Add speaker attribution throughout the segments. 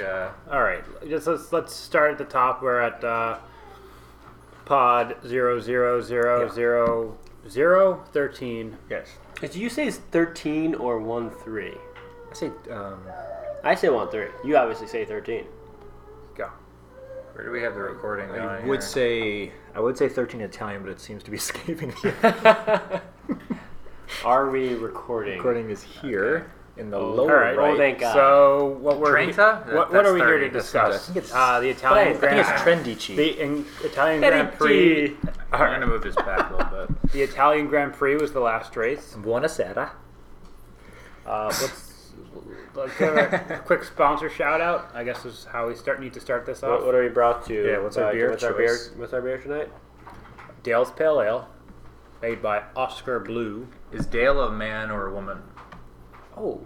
Speaker 1: uh,
Speaker 2: just let's, let's start at the top. We're at uh, pod zero zero zero zero zero thirteen.
Speaker 1: Yes.
Speaker 3: Did you say it's 13 or 1 3?
Speaker 1: I say, um,
Speaker 3: I say 1 3. You obviously say 13.
Speaker 2: Go.
Speaker 4: Where do we have the recording
Speaker 1: I
Speaker 4: going?
Speaker 1: would
Speaker 4: here?
Speaker 1: say I would say 13 Italian, but it seems to be escaping me.
Speaker 3: Are we recording?
Speaker 1: recording is here in the
Speaker 3: Oh,
Speaker 1: lower
Speaker 2: alright.
Speaker 1: right.
Speaker 3: Oh, thank God.
Speaker 2: So what we're
Speaker 4: Trenta? That-
Speaker 2: what, what are
Speaker 4: that's
Speaker 2: we here
Speaker 4: 30.
Speaker 2: to
Speaker 4: That's
Speaker 2: discuss?
Speaker 1: I think it's-
Speaker 2: Uh, the Italian
Speaker 1: I think
Speaker 2: Grand
Speaker 1: it's Trendici.
Speaker 2: the in, Italian Grand Prix.
Speaker 4: I'm gonna move this back a little bit.
Speaker 2: The Italian Grand Prix was the last race.
Speaker 1: Buonasera.
Speaker 2: Uh, let's, let's give a quick sponsor shout out. I guess is how we start. Need to start this off.
Speaker 3: What, what are we brought to? Uh,
Speaker 1: Yeah, what's our beer
Speaker 3: what's our beer?
Speaker 1: choice?
Speaker 3: What's our beer tonight?
Speaker 2: Dale's Pale Ale, made by Oscar Blue.
Speaker 4: Is Dale a man or a woman?
Speaker 2: Oh,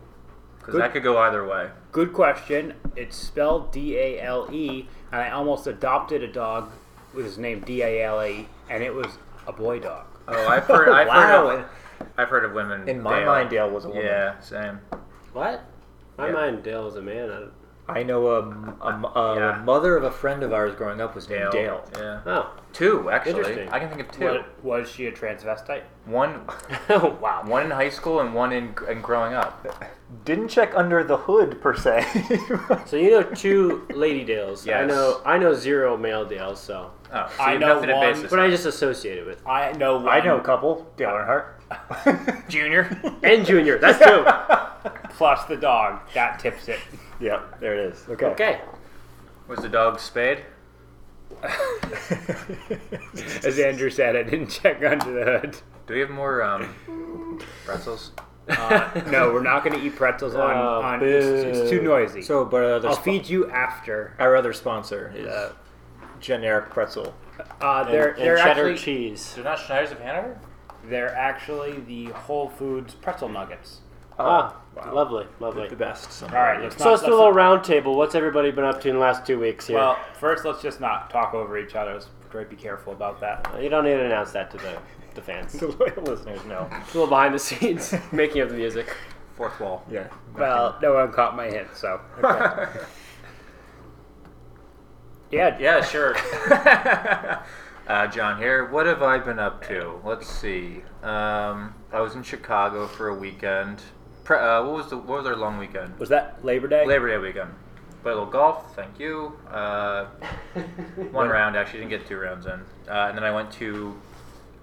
Speaker 4: Because
Speaker 2: Good.
Speaker 4: that could go either way.
Speaker 2: good question. It's spelled D A L E, and I almost adopted a dog with his name D A L E, and it was a boy dog.
Speaker 4: Oh, I've heard. I've heard.
Speaker 1: wow.
Speaker 4: Of, I've heard of women.
Speaker 1: In my mind, Dale was a woman.
Speaker 4: Yeah, same.
Speaker 3: What? My
Speaker 4: Yeah.
Speaker 3: mind, Dale is a man. I don't,
Speaker 1: I know a, a, a
Speaker 4: Yeah.
Speaker 1: mother of a friend of ours growing up was
Speaker 4: Dale.
Speaker 1: named Dale.
Speaker 4: Yeah.
Speaker 3: oh.
Speaker 4: Two actually.
Speaker 3: Interesting.
Speaker 4: I can think of two.
Speaker 2: Was, was she a transvestite?
Speaker 4: One,
Speaker 3: oh, wow.
Speaker 4: one in high school and one in, in growing up.
Speaker 1: Didn't check under the hood per se.
Speaker 3: So you know two lady Dales. I
Speaker 4: Yes.
Speaker 3: know I know zero male Dales, so.
Speaker 4: Oh, so
Speaker 2: I
Speaker 4: you have
Speaker 2: know
Speaker 4: nothing to
Speaker 2: one,
Speaker 4: base this
Speaker 3: But I
Speaker 4: on.
Speaker 3: just associate it with.
Speaker 2: I know. One
Speaker 1: I know a couple. Dale Earnhardt.
Speaker 2: Junior
Speaker 3: And Junior, that's two.
Speaker 2: plus the dog that tips it.
Speaker 1: yeah, there it is. Okay.
Speaker 3: okay.
Speaker 4: Was the dog spayed?
Speaker 2: As Andrew said, I didn't check under the hood.
Speaker 4: Do we have more um, pretzels?
Speaker 2: No, we're not going to eat pretzels on.
Speaker 3: Oh,
Speaker 2: on it's, it's too noisy.
Speaker 1: So, but uh, the
Speaker 2: I'll
Speaker 1: spo-
Speaker 2: feed you after.
Speaker 1: our other sponsor is
Speaker 3: Yeah.
Speaker 1: generic pretzel.
Speaker 2: Uh, they're
Speaker 3: and
Speaker 2: they're
Speaker 3: cheddar
Speaker 2: actually
Speaker 3: cheese.
Speaker 4: They're not Schneider's of Hanover.
Speaker 2: they're actually the Whole Foods pretzel nuggets.
Speaker 3: Ah, lovely, lovely.
Speaker 1: The best. somehow.
Speaker 2: All right, let's
Speaker 3: So
Speaker 2: not.
Speaker 3: let's do a
Speaker 2: let's
Speaker 3: little
Speaker 2: not-
Speaker 3: round table. What's everybody been up to in the last two weeks here?
Speaker 2: Well, first, let's just not talk over each other. Let's try to be careful about that.
Speaker 3: Uh, you don't need to announce that to the, the fans. It's
Speaker 1: The loyal listeners know.
Speaker 3: a little behind the scenes, making of the music.
Speaker 4: Fourth wall.
Speaker 1: Yeah.
Speaker 2: Well, no one caught my hint, so. yeah,
Speaker 4: Yeah, sure. uh, John here. What have I been up to? Let's see. Um, I was in Chicago for a weekend. Pre- uh, what was the what was our long weekend?
Speaker 2: was that Labor Day?
Speaker 4: Labor Day weekend. Played a little golf. Thank you. Uh, one round actually didn't get two rounds in. Uh, and then I went to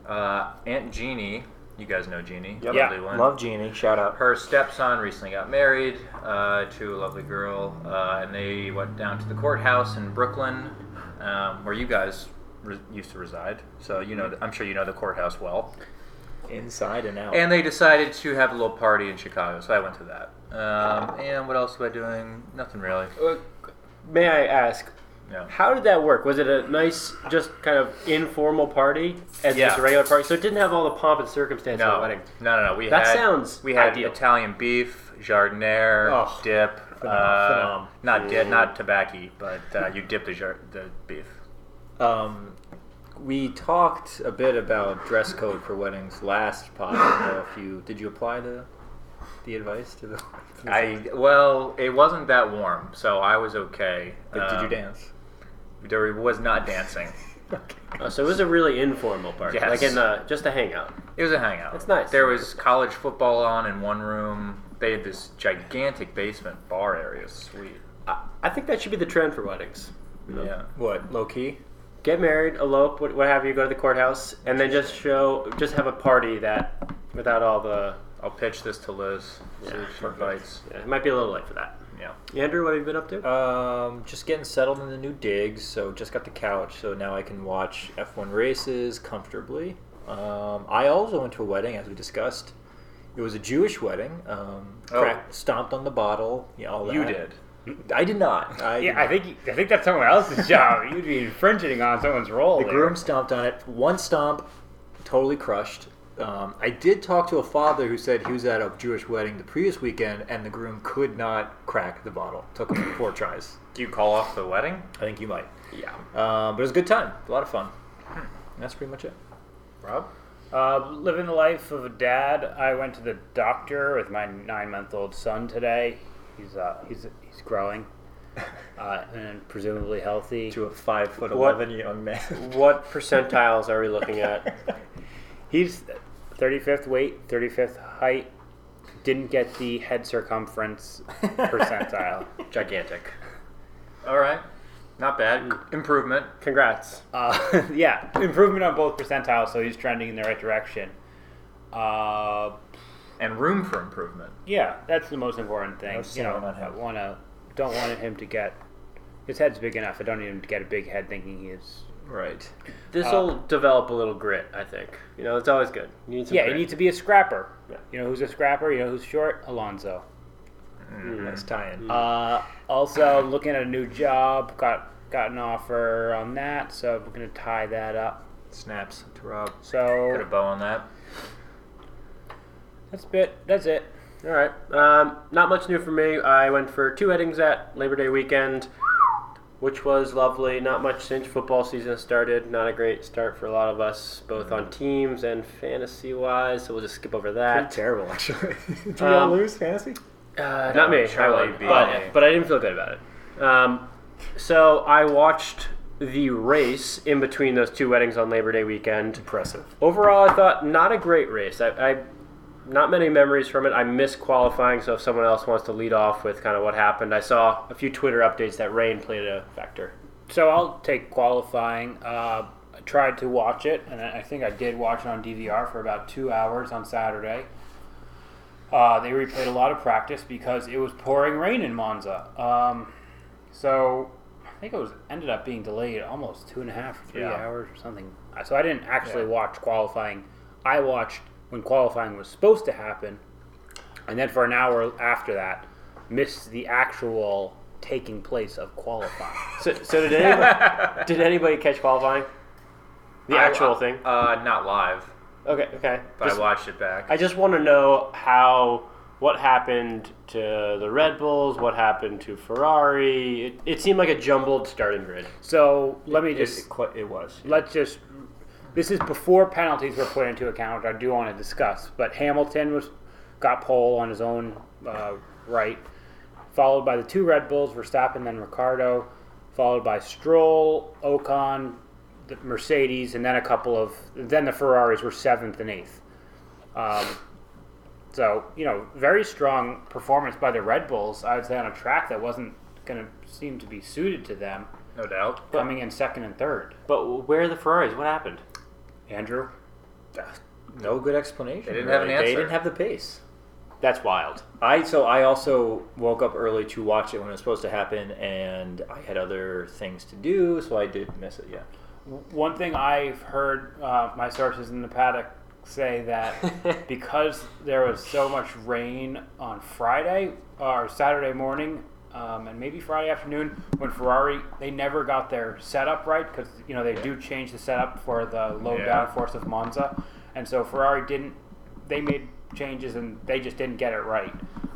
Speaker 4: uh, Aunt Jeannie. You guys know Jeannie.
Speaker 1: Yep.
Speaker 2: Yeah.
Speaker 4: Lovely one.
Speaker 1: Love Jeannie. Shout out.
Speaker 4: her stepson recently got married uh, to a lovely girl, uh, and they went down to the courthouse in Brooklyn, um, where you guys re- used to reside. So you know, I'm sure you know the courthouse well.
Speaker 1: Inside and out.
Speaker 4: And they decided to have a little party in Chicago, so I went to that. Um, and what else was I doing? Nothing really.
Speaker 3: May I ask,
Speaker 4: No.
Speaker 3: how did that work? Was it a nice, just kind of informal party as
Speaker 4: Yeah.
Speaker 3: just a regular party? So it didn't have all the pomp and circumstance of
Speaker 4: No,
Speaker 3: a wedding.
Speaker 4: no, no, no. We
Speaker 3: That
Speaker 4: had,
Speaker 3: sounds
Speaker 4: we had
Speaker 3: ideal.
Speaker 4: Italian beef, jardinier,
Speaker 3: Oh,
Speaker 4: dip,
Speaker 1: phenom.
Speaker 4: uh, not dip, not tobacco, but uh, you dip the jar- the beef.
Speaker 1: um, we talked a bit about dress code for weddings last pod. I don't know if you did you apply the the advice to the. to the-
Speaker 4: I well, it wasn't that warm, so I was okay.
Speaker 1: But did you
Speaker 4: Um,
Speaker 1: dance?
Speaker 4: There was not dancing.
Speaker 1: Okay.
Speaker 3: Oh, so it was a really informal party,
Speaker 4: Yes.
Speaker 3: like in a, just a hangout.
Speaker 4: It was a hangout.
Speaker 3: That's nice.
Speaker 4: There was college football on in one room. They had this gigantic basement bar area. Sweet.
Speaker 3: I, I think that should be the trend for weddings.
Speaker 4: Yeah.
Speaker 1: What low key?
Speaker 3: Get married, elope, what, what have you, go to the courthouse, and then just show, just have a party that, without all the,
Speaker 4: I'll pitch this to Liz. See
Speaker 3: Yeah,
Speaker 4: if she invites.
Speaker 3: yeah, it might be a little late for that.
Speaker 4: Yeah.
Speaker 3: Andrew, what have you been up to?
Speaker 1: Um, just getting settled in the new digs, so just got the couch, so now I can watch F1 races comfortably. Um, I also went to a wedding, as we discussed. It was a Jewish wedding. Um,
Speaker 4: Oh.
Speaker 1: cracked- stomped on the bottle. Yeah, all
Speaker 4: You
Speaker 1: that.
Speaker 4: did.
Speaker 1: I did not. I did
Speaker 2: Yeah, I
Speaker 1: not.
Speaker 2: think I think that's someone else's job. You'd be infringing on someone's role.
Speaker 1: the
Speaker 2: there.
Speaker 1: groom stomped on it. One stomp, totally crushed. Um, I did talk to a father who said he was at a Jewish wedding the previous weekend, and the groom could not crack the bottle. Took him four tries.
Speaker 4: Do you call off the wedding?
Speaker 1: I think you might.
Speaker 3: Yeah.
Speaker 1: Um, but it was a good time, a lot of fun. And that's pretty much it.
Speaker 4: Rob.
Speaker 2: Uh, living the life of a dad, I went to the doctor with my nine-month-old son today. He's uh, he's he's growing, uh, and presumably healthy.
Speaker 1: to a five foot
Speaker 3: What-
Speaker 1: eleven young man.
Speaker 3: What percentiles are we looking at?
Speaker 2: He's 35th weight, 35th height. Didn't get the head circumference percentile.
Speaker 3: Gigantic.
Speaker 4: All right, not bad. Improvement.
Speaker 3: Congrats.
Speaker 2: Uh, yeah, improvement on both percentiles, so he's trending in the right direction. Uh,
Speaker 4: and room for improvement.
Speaker 2: yeah, that's the most important thing.
Speaker 1: No
Speaker 2: you know,
Speaker 1: sand on
Speaker 2: I
Speaker 1: him.
Speaker 2: want to don't want him to get his head's big enough. I don't need him to get a big head thinking he is.
Speaker 1: right.
Speaker 3: This will develop a little grit, I think. You know, it's always good. You need some
Speaker 2: Yeah,
Speaker 3: grit.
Speaker 2: he needs to be a scrapper.
Speaker 3: Yeah.
Speaker 2: You know who's a scrapper? You know who's short? Alonzo.
Speaker 1: Hmm, Nice tie in.
Speaker 2: Uh, also, looking at a new job. Got got an offer on that, so I'm gonna tie that up.
Speaker 1: Snaps to Rob.
Speaker 4: Put a
Speaker 2: So
Speaker 4: bow on that.
Speaker 2: that's it. That's it.
Speaker 3: All right. Um, not much new for me. I went for two weddings at Labor Day weekend, which was lovely. Not much since football season started. Not a great start for a lot of us, both on teams and fantasy wise. So we'll just skip over that.
Speaker 1: terrible, actually. Did
Speaker 3: we all Um,
Speaker 1: lose fantasy?
Speaker 3: Uh, not me.
Speaker 4: Charlie
Speaker 3: I won,
Speaker 4: beat me.
Speaker 3: but, but I didn't feel good about it. Um, so I watched the race in between those two weddings on Labor Day weekend.
Speaker 1: Impressive.
Speaker 3: Overall, I thought not a great race. I, I not many memories from it. I missed qualifying, so if someone else wants to lead off with kind of what happened, I saw a few Twitter updates that rain played a factor.
Speaker 2: So I'll take qualifying. Uh, I tried to watch it, and I I think I did watch it on DVR for about two hours on Saturday. Uh, they replayed a lot of practice because it was pouring rain in Monza. Um, so I think it was ended up being delayed almost two and a half or three
Speaker 1: Yeah.
Speaker 2: hours or something. Uh, So I didn't actually
Speaker 1: Yeah.
Speaker 2: watch qualifying. I watched when qualifying was supposed to happen, and then for an hour after that, missed the actual taking place of qualifying.
Speaker 3: So, so did anybody, did anybody catch qualifying? The
Speaker 4: I-
Speaker 3: actual
Speaker 4: I-
Speaker 3: thing.
Speaker 4: Uh, not live,
Speaker 3: Okay, okay.
Speaker 4: but
Speaker 3: Just-
Speaker 4: I watched it back.
Speaker 3: I just want to know how what happened to the Red Bulls, what happened to Ferrari. It, it seemed like a jumbled starting grid.
Speaker 2: So let me
Speaker 1: It,
Speaker 2: just
Speaker 1: it, quite, it was.
Speaker 2: let's just this is before penalties were put into account. which I do want to discuss, but Hamilton was got pole on his own uh, right, followed by the two Red Bulls, Verstappen, then Ricardo, followed by Stroll, Ocon, the Mercedes, and then a couple of then the Ferraris were seventh and eighth. Um, so you know, very strong performance by the Red Bulls. I would say on a track that wasn't going to seem to be suited to them,
Speaker 4: no doubt.
Speaker 2: coming in second and third.
Speaker 3: But where are the Ferraris? What happened?
Speaker 2: Andrew.
Speaker 1: Uh, No good explanation.
Speaker 4: They didn't have an
Speaker 1: really. They
Speaker 4: answer.
Speaker 1: didn't have the pace.
Speaker 3: That's wild.
Speaker 1: I so I also woke up early to watch it when it was supposed to happen, and I had other things to do, so I did miss it. Yeah.
Speaker 2: One thing I've heard uh, my sources in the paddock say that because there was so much rain on Friday uh, or Saturday morning, um, and maybe Friday afternoon, when Ferrari they never got their setup right because you know they do change the setup for the low
Speaker 4: Yeah.
Speaker 2: downforce of Monza, and so Ferrari didn't. They made changes and they just didn't get it right,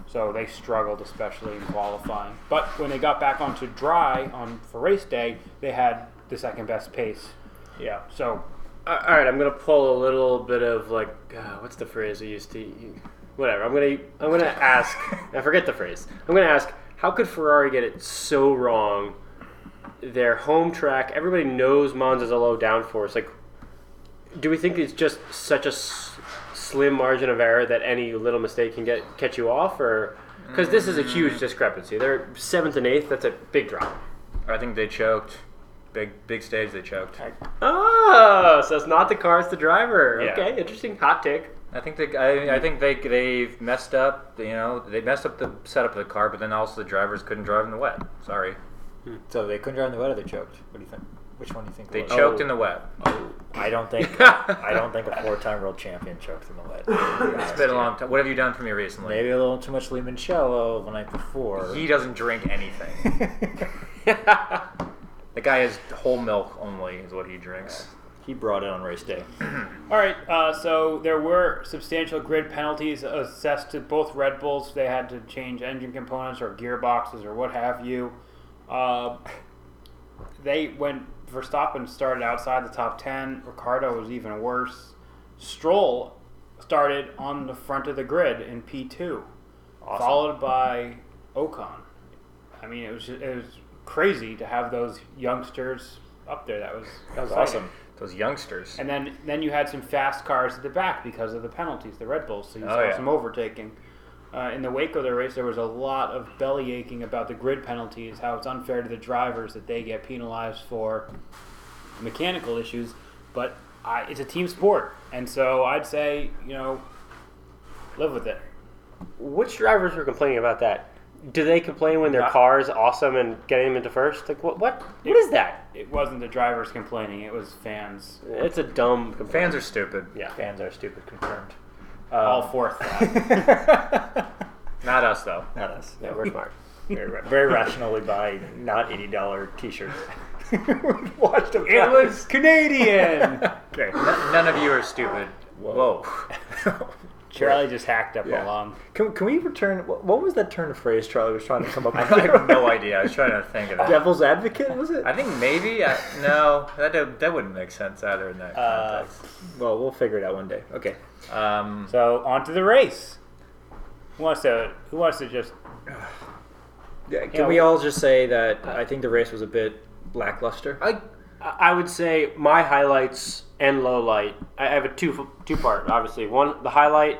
Speaker 2: so they struggled especially in qualifying. But when they got back onto dry on for race day, they had the second best pace yeah. So
Speaker 3: Uh, All right, I'm gonna pull a little bit of like, uh, what's the phrase we used to? Whatever. I'm gonna I'm gonna ask. I forget the phrase. I'm gonna ask. How could Ferrari get it so wrong? Their home track. Everybody knows Monza's a low downforce. Like, do we think it's just such a s- slim margin of error that any little mistake can get catch you off, or because this is a huge discrepancy? They're seventh and eighth. That's a big drop.
Speaker 4: I think they choked. Big big stage they choked.
Speaker 3: Oh, so it's not the car; it's the driver.
Speaker 4: Yeah.
Speaker 3: Okay, interesting hot take.
Speaker 4: I think they I, I think they they've messed up. You know they messed up the setup of the car, but then also the drivers couldn't drive in the wet. Sorry,
Speaker 1: So they couldn't drive in the wet, or they choked. What do you think? Which one do you think?
Speaker 4: they
Speaker 1: it was?
Speaker 4: choked in the wet.
Speaker 1: I don't think. I don't think a four-time world champion choked in the wet.
Speaker 4: It's been a long time. What have you done for me recently?
Speaker 1: Maybe a little too much limoncello the night before.
Speaker 4: He doesn't drink anything. the guy has whole milk only is what he drinks.
Speaker 1: he brought it on race day.
Speaker 2: all right. Uh, so there were substantial grid penalties assessed to both Red Bulls. They had to change engine components or gearboxes or what have you. Uh, they when Verstappen started outside the top ten. Ricardo was even worse. Stroll started on the front of the grid in P two,
Speaker 1: Awesome.
Speaker 2: followed by Ocon. I mean, it was just, it was crazy to have those youngsters up there. That was that was
Speaker 1: Awesome.
Speaker 2: exciting.
Speaker 4: Those youngsters.
Speaker 2: And then then you had some fast cars at the back because of the penalties, the Red Bulls. So you
Speaker 4: Oh,
Speaker 2: saw
Speaker 4: yeah.
Speaker 2: some overtaking. Uh, in the wake of the race, there was a lot of belly aching about the grid penalties, how it's unfair to the drivers that they get penalized for mechanical issues. But I, it's a team sport, and so I'd say you know live with it.
Speaker 3: Which drivers were complaining about that? Do they complain when their
Speaker 2: Not-
Speaker 3: car is awesome and getting them into first? Like what? What? What is that?
Speaker 2: It wasn't the drivers complaining; it was fans.
Speaker 3: It's a dumb. Complaint.
Speaker 4: Fans are stupid.
Speaker 3: Yeah.
Speaker 4: Fans are stupid. Confirmed.
Speaker 2: All
Speaker 1: Um,
Speaker 2: fourth.
Speaker 4: Not us though.
Speaker 1: Not us.
Speaker 3: Yeah, we're smart.
Speaker 1: Very, ra- very rationally buy not eighty dollar t shirts. Watch them.
Speaker 2: It was Canadian.
Speaker 1: okay.
Speaker 4: N- none of you are stupid.
Speaker 1: Whoa.
Speaker 4: Whoa.
Speaker 2: Charlie just hacked up
Speaker 1: Yeah.
Speaker 2: a lung.
Speaker 1: Can, can we return? What, what was that turn of phrase Charlie was trying to come up
Speaker 4: I
Speaker 1: with?
Speaker 4: have no idea. I was trying to think of it.
Speaker 1: Devil's advocate was it?
Speaker 4: I think maybe I, no. That don't- that wouldn't make sense either in that
Speaker 1: Uh,
Speaker 4: context.
Speaker 1: well, we'll figure it out one day. Okay.
Speaker 4: um,
Speaker 2: So on to the race. Who wants to? Who wants to just?
Speaker 1: Yeah, can
Speaker 2: Yeah,
Speaker 1: we
Speaker 2: we-
Speaker 1: all just say that I think the race was a bit lackluster?
Speaker 3: I I would say my highlights and low light. I have a two two part obviously. One the highlight.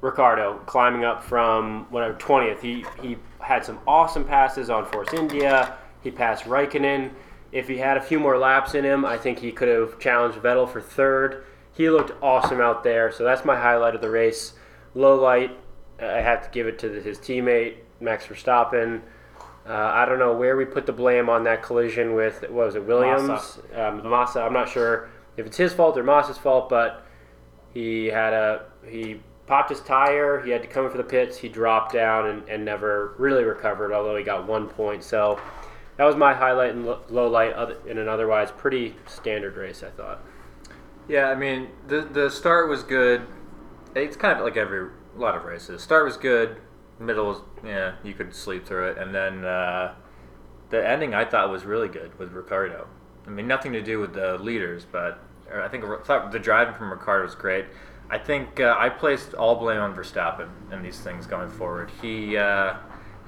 Speaker 3: Ricardo climbing up from whatever twentieth. He he had some awesome passes on Force India. He passed Raikkonen. If he had a few more laps in him, I think he could have challenged Vettel for third. He looked awesome out there, so that's my highlight of the race. Low light, I have to give it to his teammate Max Verstappen. Uh, I don't know where we put the blame on that collision with what was it Williams, Um, Massa. I'm not sure if it's his fault or Massa's fault, but he had a he popped his tire. He had to come in for the pits. He dropped down and, and never really recovered. Although he got one point, so that was my highlight and lo- low light other, in an otherwise pretty standard race. I thought.
Speaker 4: yeah, I mean the the start was good. It's kind of like every a lot of races. Start was good. Middle was yeah, you could sleep through it, and then uh, the ending I thought was really good with Ricardo. I mean nothing to do with the leaders, but or I think I thought the driving from Ricardo was great. I think uh, I placed all blame on Verstappen in these things going forward. He uh,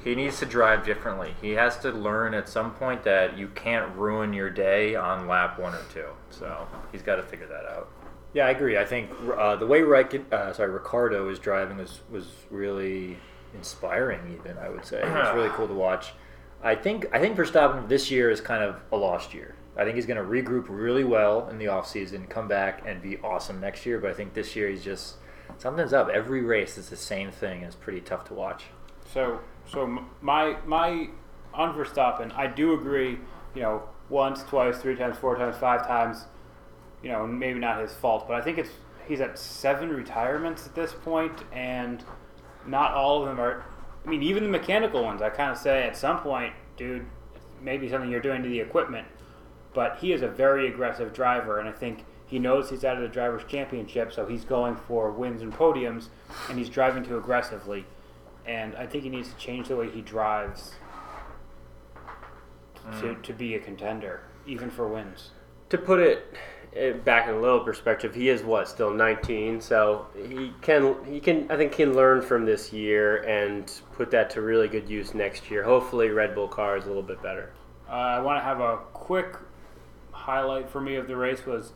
Speaker 4: he needs to drive differently. He has to learn at some point that you can't ruin your day on lap one or two. So he's got to figure that out.
Speaker 1: Yeah, I agree. I think uh, the way Ric- uh, sorry Ricardo was driving was was really inspiring. Even I would say it was really cool to watch. I think I think Verstappen this year is kind of a lost year. I think he's going to regroup really well in the offseason, come back and be awesome next year. But I think this year he's just something's up. Every race is the same thing, and it's pretty tough to watch.
Speaker 2: So so m- my my on Verstappen, I do agree. You know, once, twice, three times, four times, five times. You know, maybe not his fault, but I think it's he's at seven retirements at this point, and not all of them are. I mean, even the mechanical ones, I kind of say at some point, dude, maybe something you're doing to the equipment. But he is a very aggressive driver, and I think he knows he's out of the drivers' championship, so he's going for wins and podiums, and he's driving too aggressively. And I think he needs to change the way he drives to, to be a contender, even for wins.
Speaker 3: to put it eh, back in a little perspective, he is what still 19, so he can he can I think can learn from this year and put that to really good use next year. Hopefully, Red Bull car is a little bit better.
Speaker 2: Uh, I want to have a quick highlight for me of the race was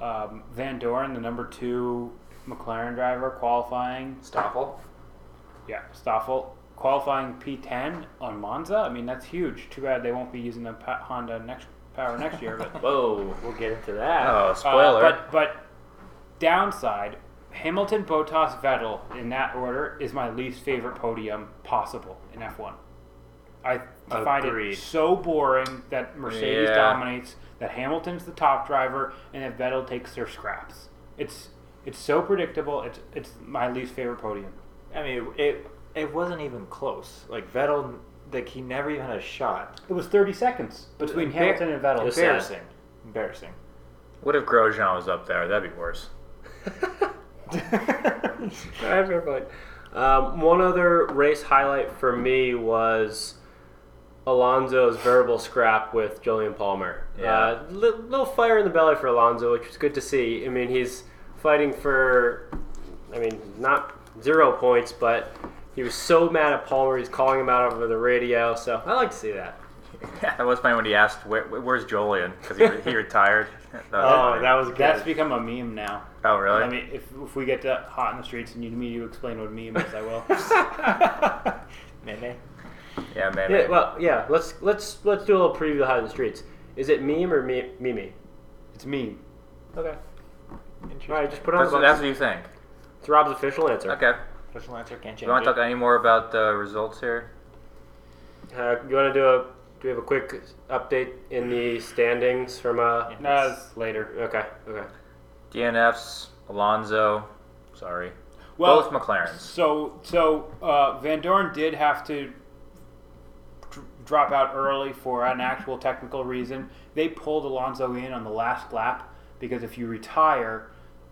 Speaker 2: um, Van Doren, the number two McLaren driver, qualifying.
Speaker 4: Stoffel.
Speaker 2: Yeah, Stoffel qualifying P10 on Monza. I mean, that's huge. Too bad they won't be using the pa- Honda next power next year, but
Speaker 3: Whoa, we'll get into that.
Speaker 4: Oh,
Speaker 2: Uh,
Speaker 4: spoiler.
Speaker 2: but but downside, Hamilton, Bottas, Vettel in that order is my least favorite podium possible in F1. I find
Speaker 3: Agreed.
Speaker 2: it so boring that Mercedes
Speaker 4: Yeah.
Speaker 2: dominates, that Hamilton's the top driver, and that Vettel takes their scraps. It's it's so predictable. It's it's my least favorite podium.
Speaker 1: I mean, it it wasn't even close. Like Vettel, like he never even had a shot.
Speaker 2: It was 30 seconds between
Speaker 1: Embar-
Speaker 2: Hamilton and Vettel.
Speaker 3: It's
Speaker 1: Embarrassing. Embarrassing.
Speaker 4: what if Grosjean was up there? That'd be worse.
Speaker 3: I have no point. Um, one other race highlight for me was Alonso's verbal scrap with Julian Palmer.
Speaker 4: Yeah.
Speaker 3: Uh, li- little fire in the belly for Alonso, which was good to see. I mean, he's fighting for, I mean, not zero points, but He was so mad at Palmer, he's calling him out over the radio. So I like to see that.
Speaker 4: that was funny when he asked, Where, "Where's Jolien?" Because he, re- he retired. That was
Speaker 2: Oh,
Speaker 4: funny.
Speaker 2: that was that's become a meme now.
Speaker 4: oh, really?
Speaker 2: I mean, if, if we get to hot in the streets and you need me to explain what a meme is, I will.
Speaker 1: Meme.
Speaker 4: yeah, man.
Speaker 3: Yeah, well, yeah. Let's let's let's do a little preview of Hot in the Streets. Is it meme or me- Mimi?
Speaker 2: it's meme.
Speaker 3: Okay. All
Speaker 1: Interesting.
Speaker 3: right, just put on
Speaker 4: that's,
Speaker 3: the
Speaker 4: that's
Speaker 3: box.
Speaker 4: what you think.
Speaker 3: It's Rob's official answer.
Speaker 4: Okay.
Speaker 1: Personal answer can't change.
Speaker 4: You want
Speaker 1: it.
Speaker 4: to talk any more about the results here?
Speaker 3: Uh, you want to do a do we have a quick update in the standings from uh?
Speaker 1: Yeah.
Speaker 2: No, it's later.
Speaker 3: Okay. Okay.
Speaker 4: DNFs, Alonso. Sorry.
Speaker 2: Well,
Speaker 4: Both McLarens.
Speaker 2: So, so uh, Van Dorn did have to dr- drop out early for an actual technical reason. They pulled Alonso in on the last lap because if you retire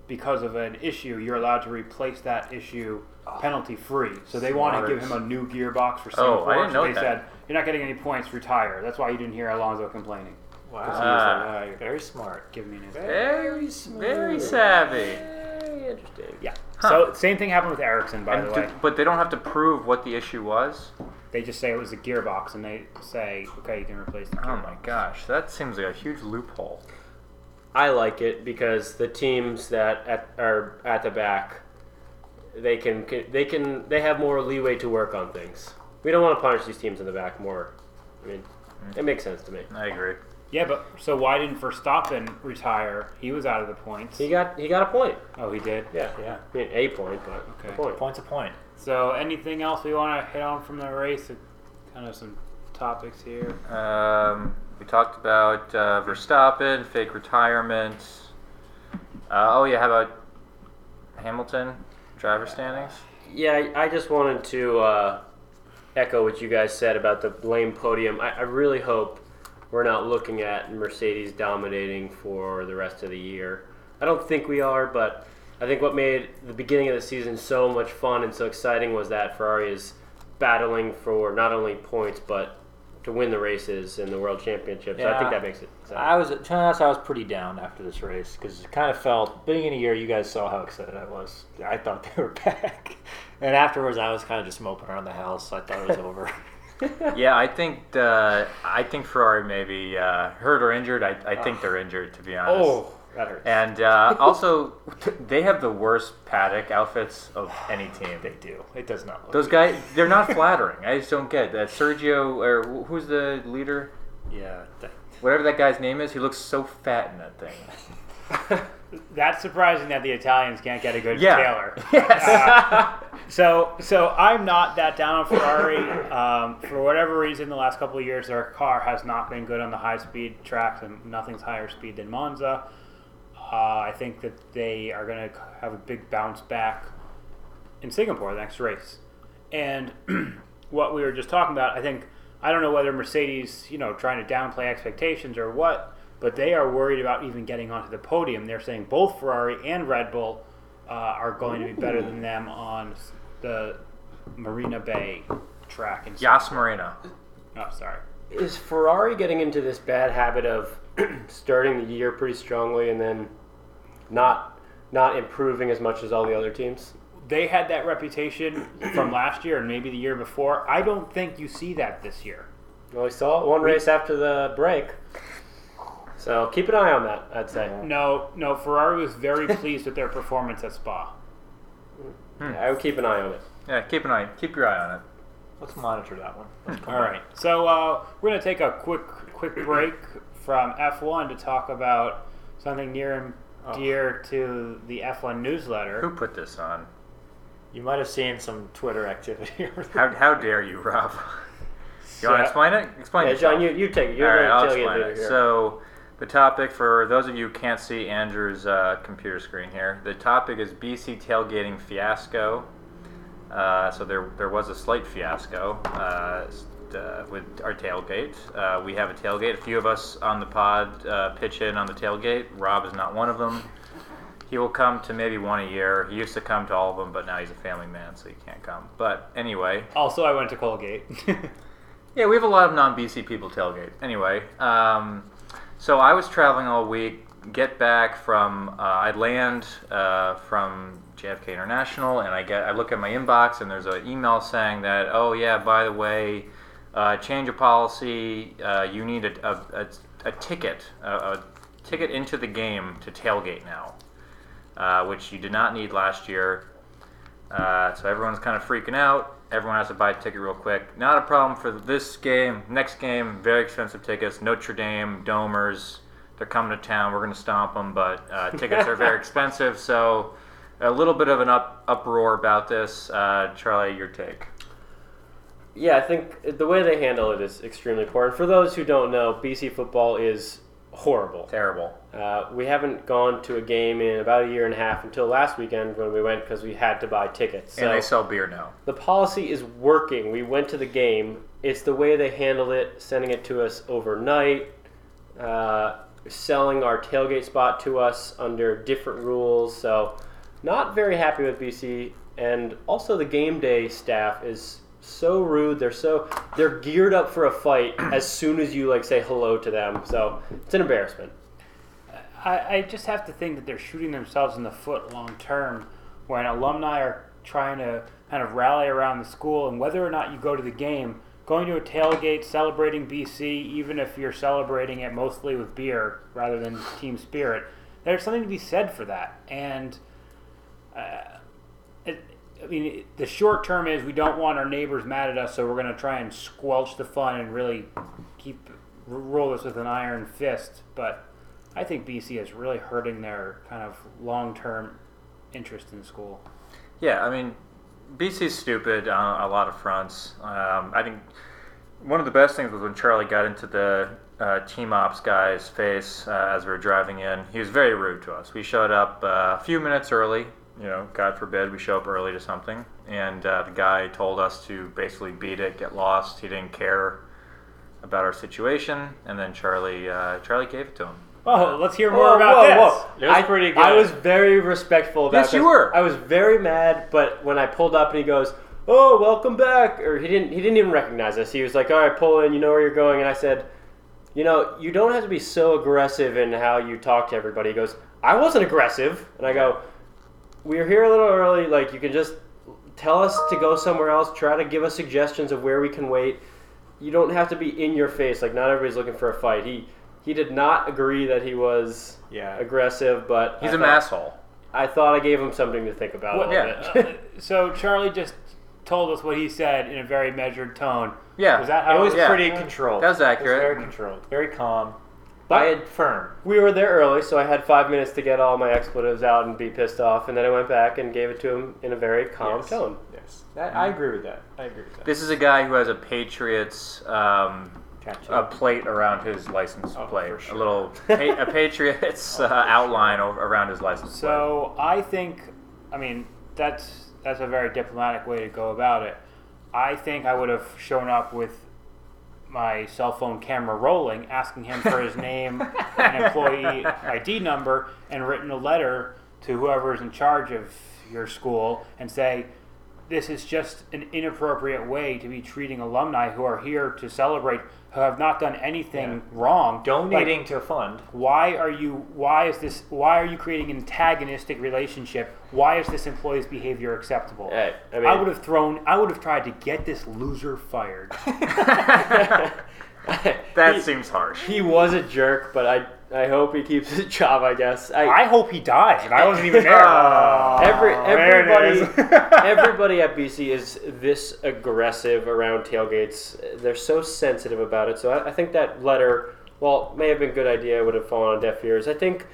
Speaker 2: because of an issue, you're allowed to replace that issue
Speaker 1: Oh,
Speaker 2: penalty free. So they want to give him a new gearbox for Singapore.
Speaker 4: Oh, I didn't
Speaker 2: so
Speaker 4: know
Speaker 2: they
Speaker 4: that.
Speaker 2: said you're not getting any points. Retire. That's why you didn't hear Alonso complaining.
Speaker 1: Wow.
Speaker 2: 'Cause he was like, "Ah, you're
Speaker 1: Very smart.
Speaker 2: giving me an answer."
Speaker 4: Very, very savvy.
Speaker 1: Very interesting.
Speaker 2: Yeah.
Speaker 4: Huh.
Speaker 2: So same thing happened with Ericsson, by
Speaker 4: And
Speaker 2: the
Speaker 4: do-
Speaker 2: way.
Speaker 4: but they don't have to prove what the issue was.
Speaker 2: They just say it was a gearbox, and they say, okay, you can replace the
Speaker 4: Oh
Speaker 2: gearbox.
Speaker 4: my gosh, that seems like a huge loophole.
Speaker 3: I like it because the teams that at, are at the back, they can they can they have more leeway to work on things. We don't want to punish these teams in the back more. I mean, it makes sense to me.
Speaker 4: I agree.
Speaker 2: Yeah, but so why didn't Verstappen retire? He was out of the points.
Speaker 3: He got he got a point.
Speaker 2: oh, he did.
Speaker 3: Yeah,
Speaker 2: Yeah.
Speaker 3: I mean a point, but a
Speaker 2: Okay.
Speaker 3: point.
Speaker 1: Point's a point.
Speaker 2: So anything else we want to hit on from the race? Kind of some topics here.
Speaker 4: Um, we talked about uh, Verstappen, fake retirement. Uh, oh yeah, how about Hamilton driver standings?
Speaker 3: Yeah, I I just wanted to uh, echo what you guys said about the lame podium. I, I really hope we're not looking at Mercedes dominating for the rest of the year. I don't think we are, but I think what made the beginning of the season so much fun and so exciting was that Ferrari is battling for not only points but to win the races and the World Championships. So I think
Speaker 1: Yeah.
Speaker 3: that makes it.
Speaker 1: I was, to be honest, I was pretty down after this race because it kind of felt beginning of the year. You guys saw how excited I was. I thought they were back, and afterwards I was kind of just moping around the house. I thought it was over.
Speaker 4: Yeah, I think uh, I think Ferrari maybe uh, hurt or injured. I, I think they're injured to be honest.
Speaker 2: Oh,
Speaker 1: that hurts.
Speaker 4: And uh, also, they have the worst paddock outfits of any team.
Speaker 1: they do. It does not look.
Speaker 4: Those guys, they're not flattering. I just don't get that. Sergio, or wh- who's the leader?
Speaker 1: yeah. that-
Speaker 4: Whatever that guy's name is, he looks so fat in that thing.
Speaker 2: That's surprising that the Italians can't get a good
Speaker 4: Yeah.
Speaker 2: Taylor. Uh, so, so I'm not that down on Ferrari. Um, for whatever reason, the last couple of years, their car has not been good on the high speed tracks, and nothing's higher speed than Monza. Uh, I think that they are going to have a big bounce back in Singapore, the next race. And what we were just talking about, I think, I don't know whether Mercedes, you know, trying to downplay expectations or what, but they are worried about even getting onto the podium. They're saying both Ferrari and Red Bull uh, are going to be better than them on s- the Marina Bay track. And
Speaker 4: Yas Marina.
Speaker 2: Oh, sorry.
Speaker 3: Is Ferrari getting into this bad habit of starting the year pretty strongly and then not not improving as much as all the other teams?
Speaker 2: They had that reputation from last year and maybe the year before. I don't think you see that this year.
Speaker 3: Well, we saw it one race after the break, so keep an eye on that. I'd say.
Speaker 4: Mm-hmm.
Speaker 2: No, no, Ferrari was very pleased with their performance at Spa.
Speaker 3: I would keep an eye on it.
Speaker 4: Yeah, keep an eye, keep your eye on it.
Speaker 1: Let's monitor that one. Let's
Speaker 2: All right. So uh, we're going to take a quick quick break from F1 to talk about something near and
Speaker 1: Oh.
Speaker 2: dear to the F1
Speaker 4: Who
Speaker 2: newsletter.
Speaker 4: put this on?
Speaker 1: You might have seen some Twitter activity. over there.
Speaker 4: How, how dare you, Rob? You want to
Speaker 2: So-
Speaker 4: explain it? Explain
Speaker 3: Yeah,
Speaker 4: it.
Speaker 3: John, you, you take it.
Speaker 4: All
Speaker 3: You're
Speaker 4: right, I'll
Speaker 3: gonna
Speaker 4: explain
Speaker 3: tailgate it
Speaker 4: it.
Speaker 3: here.
Speaker 4: So, the topic for those of you who can't see Andrew's uh, computer screen here, the topic is BC tailgating fiasco. Uh, so there, there was a slight fiasco uh, s- uh, with our tailgate. Uh, we have a tailgate. A few of us on the pod uh, pitch in on the tailgate. Rob is not one of them. He will come to maybe one a year. He used to come to all of them, but now he's a family man, so he can't come. But anyway,
Speaker 2: Also, I went to Colgate.
Speaker 4: yeah, we have a lot of non BC people tailgate. Anyway, um, so I was traveling all week, get back from uh, I land uh, from JFK International, and I get I look at my inbox, and there's an email saying that oh yeah, by the way, uh, change of policy. Uh, you need a, a, a, a ticket, a, a ticket into the game to tailgate now, uh, which you did not need last year. Uh, so everyone's kind of freaking out. Everyone has to buy a ticket real quick. Not a problem for this game. Next game, very expensive tickets. Notre Dame, Domers, they're coming to town. We're going to stomp them, but uh, tickets are very expensive. So a little bit of an up, uproar about this. Uh, Charlie, your take.
Speaker 3: Yeah, I think the way they handle it is extremely poor. And for those who don't know, BC football is horrible.
Speaker 4: Terrible.
Speaker 3: Uh, we haven't gone to a game in about a year and a half until last weekend when we went because we had to buy tickets. So
Speaker 4: and they sell beer now.
Speaker 3: the policy is working. We went to the game. It's the way they handled it, sending it to us overnight, uh, selling our tailgate spot to us under different rules. So, not very happy with BC. And also, the game day staff is so rude. They're so they're geared up for a fight as soon as you like say hello to them. So it's an embarrassment.
Speaker 2: I, I just have to think that they're shooting themselves in the foot long term when alumni are trying to kind of rally around the school and whether or not you go to the game, going to a tailgate, celebrating BC, even if you're celebrating it mostly with beer rather than team spirit, there's something to be said for that. And it, I mean, it, the short term is we don't want our neighbors mad at us, so we're going to try and squelch the fun and really keep r- rule this with an iron fist. But I think BC is really hurting their kind of long term interest in school.
Speaker 4: Yeah, I mean, BC's stupid on a lot of fronts. Um, I think one of the best things was when Charlie got into the uh, team ops guy's face uh, as we were driving in. He was very rude to us. We showed up uh, a few minutes early. You know, God forbid we show up early to something. And uh, the guy told us to basically beat it, get lost. He didn't care about our situation. And then Charlie, uh, Charlie gave it to him.
Speaker 2: Oh, let's hear more about this.
Speaker 1: It
Speaker 3: Whoa.
Speaker 1: was
Speaker 3: I,
Speaker 1: pretty good.
Speaker 3: I was very respectful about
Speaker 4: Yes,
Speaker 3: this.
Speaker 4: you were.
Speaker 3: I was very mad, but when I pulled up and he goes, "Oh, welcome back," or he didn't he didn't even recognize us. He was like, "All right, pull in. You know where you're going." And I said, "You know, you don't have to be so aggressive in how you talk to everybody." He goes, "I wasn't aggressive," and I go, "We were here a little early. Like, you can just tell us to go somewhere else. Try to give us suggestions of where we can wait." you don't have to be in your face. Like not everybody's looking for a fight. He he did not agree that he was
Speaker 1: Yeah.
Speaker 3: aggressive, but
Speaker 4: He's
Speaker 3: I
Speaker 4: an
Speaker 3: thought,
Speaker 4: asshole.
Speaker 3: I thought I gave him something to think about. a
Speaker 2: Well,
Speaker 3: little
Speaker 4: Oh, yeah.
Speaker 3: bit.
Speaker 2: uh, So Charlie just told us what he said in a very measured tone.
Speaker 4: Yeah.
Speaker 2: Was that
Speaker 1: It
Speaker 2: how
Speaker 1: was
Speaker 4: Yeah.
Speaker 1: pretty controlled.
Speaker 4: That was
Speaker 1: It was
Speaker 4: accurate.
Speaker 1: very controlled. Very calm.
Speaker 3: But-
Speaker 1: I had firm.
Speaker 3: we were there early, so I had five minutes to get all my expletives out and be pissed off, and then I went back and gave it to him in a very calm
Speaker 1: Yes.
Speaker 3: tone.
Speaker 1: Yes. That, I agree with that. I agree with that.
Speaker 4: This is a guy who has a Patriots um,
Speaker 1: Tattoo.
Speaker 4: a plate around his license
Speaker 1: Oh,
Speaker 4: plate,
Speaker 1: for sure. Oh,
Speaker 4: a little pa- a Patriots uh, outline o- around his license
Speaker 2: So I think, I mean, that's that's a very diplomatic way to go about it. I think I would have shown up with my cell phone camera rolling, asking him for his name and employee ID number, and written a letter to whoever is in charge of your school and say, this is just an inappropriate way to be treating alumni who are here to celebrate, who have not done anything
Speaker 1: Yeah.
Speaker 2: wrong. Like,
Speaker 1: Donating to a fund.
Speaker 2: why are you why is this why are you creating an antagonistic relationship why is this employee's behavior acceptable
Speaker 3: Hey, I mean,
Speaker 2: i would have thrown i would have tried to get this loser fired
Speaker 4: plate. that
Speaker 3: he,
Speaker 4: seems harsh.
Speaker 3: he was a jerk, but I I hope he keeps his job. I guess
Speaker 2: i hope he dies and i wasn't even there
Speaker 4: Oh,
Speaker 3: Every,
Speaker 2: Ah, there it
Speaker 3: everybody,
Speaker 2: is.
Speaker 3: everybody at BC is this aggressive around tailgates. They're so sensitive about it. So I, I think that letter, while it may have been a good idea, would have fallen on deaf ears. I think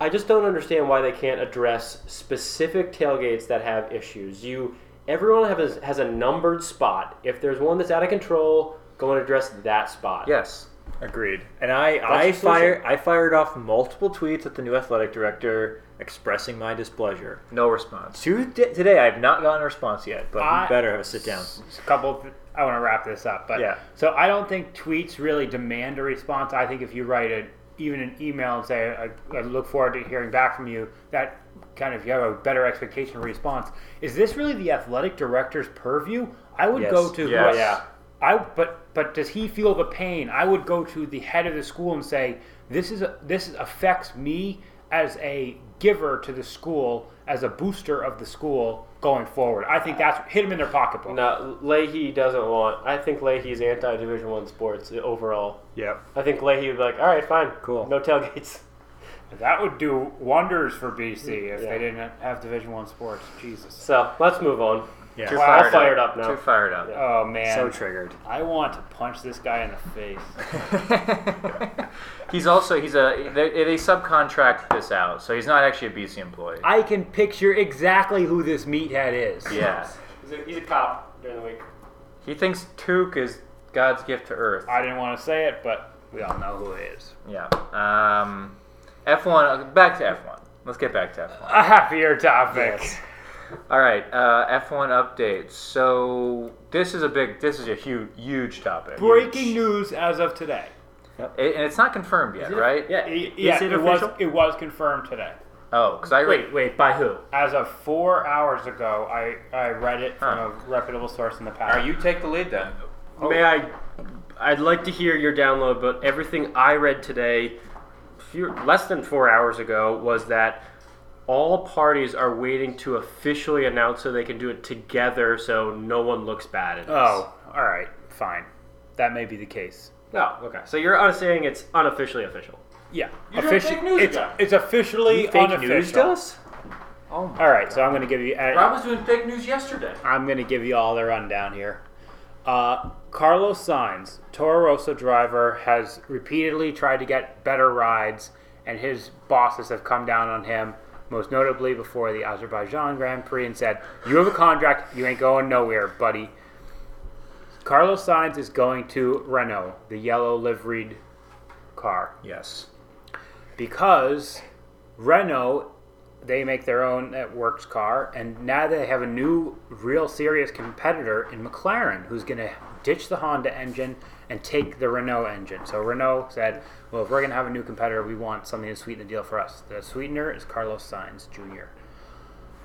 Speaker 3: I just don't understand why they can't address specific tailgates that have issues. You, everyone has has a numbered spot. If there's one that's out of control, go and address that spot.
Speaker 4: Yes.
Speaker 1: Agreed. And I,
Speaker 3: the
Speaker 1: I
Speaker 3: solution.
Speaker 1: fire, I fired off multiple tweets at the new athletic director expressing my displeasure.
Speaker 4: No response.
Speaker 1: To di- today, I have not gotten a response yet, but
Speaker 2: I-
Speaker 1: we better have a sit down.
Speaker 2: Just a couple of- i want to wrap this up but
Speaker 1: Yeah.
Speaker 2: so i don't think tweets really demand a response i think if you write a even an email and say I, I look forward to hearing back from you that kind of you have a better expectation of response is this really the athletic director's purview i would
Speaker 1: Yes.
Speaker 2: go to
Speaker 4: Yes.
Speaker 2: whoever- I but but does he feel the pain? I would go to the head of the school and say, "This is a, this affects me as a giver to the school, as a booster of the school going forward." I think that's hit him in their pocketbook.
Speaker 3: No, Leahy doesn't want. I think Leahy's anti Division One sports overall.
Speaker 1: Yep.
Speaker 3: I think Leahy would be like, all right, fine,
Speaker 1: Cool.
Speaker 3: no tailgates.
Speaker 2: That would do wonders for BC if
Speaker 3: Yeah.
Speaker 2: they didn't have Division One sports. Jesus.
Speaker 3: So let's move on.
Speaker 1: Yeah.
Speaker 3: You're
Speaker 2: Wow.
Speaker 3: all fired up now.
Speaker 4: Too fired up.
Speaker 2: Oh man,
Speaker 1: So triggered.
Speaker 2: I want to punch this guy in the face.
Speaker 4: he's also he's a they, they subcontract this out, so he's not actually a BC employee.
Speaker 2: I can picture exactly who this meathead is.
Speaker 4: yeah,
Speaker 3: He's a, he's a cop during the week.
Speaker 4: he thinks Took is God's gift to Earth.
Speaker 2: I didn't want to say it, but we all know who it is.
Speaker 4: Yeah. Um, F1. Back to F1. Let's get back to F1.
Speaker 2: A happier topic.
Speaker 4: All right. Uh, F1 updates. So this is a big. This is a huge, huge topic.
Speaker 2: Breaking news as of today.
Speaker 4: It- and it's not confirmed yet, right?
Speaker 3: Yeah.
Speaker 2: yeah,
Speaker 3: is it,
Speaker 2: was
Speaker 3: official?
Speaker 2: it was confirmed today.
Speaker 4: Oh, because I read.
Speaker 3: Wait, wait. By who?
Speaker 2: As of four hours ago, I, I read it from
Speaker 4: Huh.
Speaker 2: a reputable source in the past.
Speaker 4: All right, you take the lead then.
Speaker 3: May I? I'd like to hear your download, but everything I read today, few, less than four hours ago, was that all parties are waiting to officially announce so they can do it together, so no one looks bad at this.
Speaker 2: Oh, all right, fine. That may be the case.
Speaker 3: no, Oh, okay. So you're un- saying it's unofficially official.
Speaker 2: Yeah,
Speaker 4: You're doing fake news
Speaker 2: It's,
Speaker 4: again.
Speaker 2: it's officially unofficial.
Speaker 1: us?
Speaker 2: All right, so I'm going to give you.
Speaker 4: Rob was doing fake news yesterday.
Speaker 2: I'm going to give you all the rundown here. Uh, Carlos Sainz, Toro Rosso driver, has repeatedly tried to get better rides, and his bosses have come down on him, most notably before the Azerbaijan Grand Prix, and said, You have a contract, you ain't going nowhere, buddy. Carlos Sainz is going to Renault, the yellow liveried car
Speaker 1: Yes.
Speaker 2: because Renault they make their own that works car, and now they have a new real serious competitor in McLaren who's going to ditch the Honda engine and take the Renault engine. So Renault said, "Well, if we're going to have a new competitor, we want something to sweeten the deal for us." The sweetener is Carlos Sainz Jr.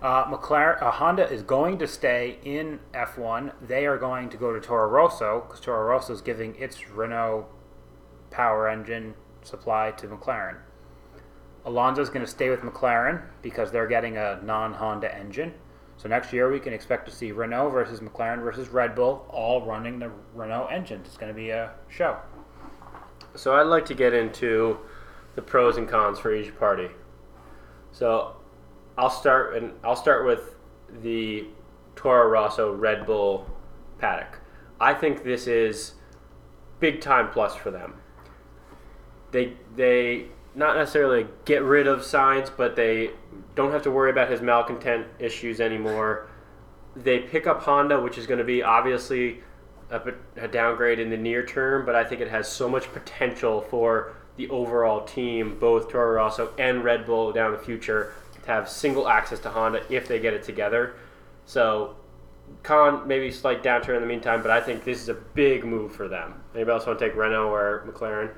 Speaker 2: Uh, McLaren, uh, Honda is going to stay in F1. They are going to go to Toro Rosso because Toro Rosso is giving its Renault power engine supply to McLaren. Alonso's going to stay with McLaren because they're getting a non Honda engine. So next year we can expect to see Renault versus McLaren versus Red Bull all running the Renault engines. It's going to be a show.
Speaker 3: So I'd like to get into the pros and cons for each party. So I'll start and I'll start with the Toro Rosso Red Bull paddock. I think this is big time plus for them. They they not necessarily get rid of signs, but they don't have to worry about his malcontent issues anymore. They pick up Honda, which is going to be obviously a, p- a downgrade in the near term, but I think it has so much potential for the overall team, both Toro Rosso and Red Bull down the future, to have single access to Honda if they get it together. So, con maybe slight downturn in the meantime, but I think this is a big move for them. Anybody else want to take Renault or McLaren?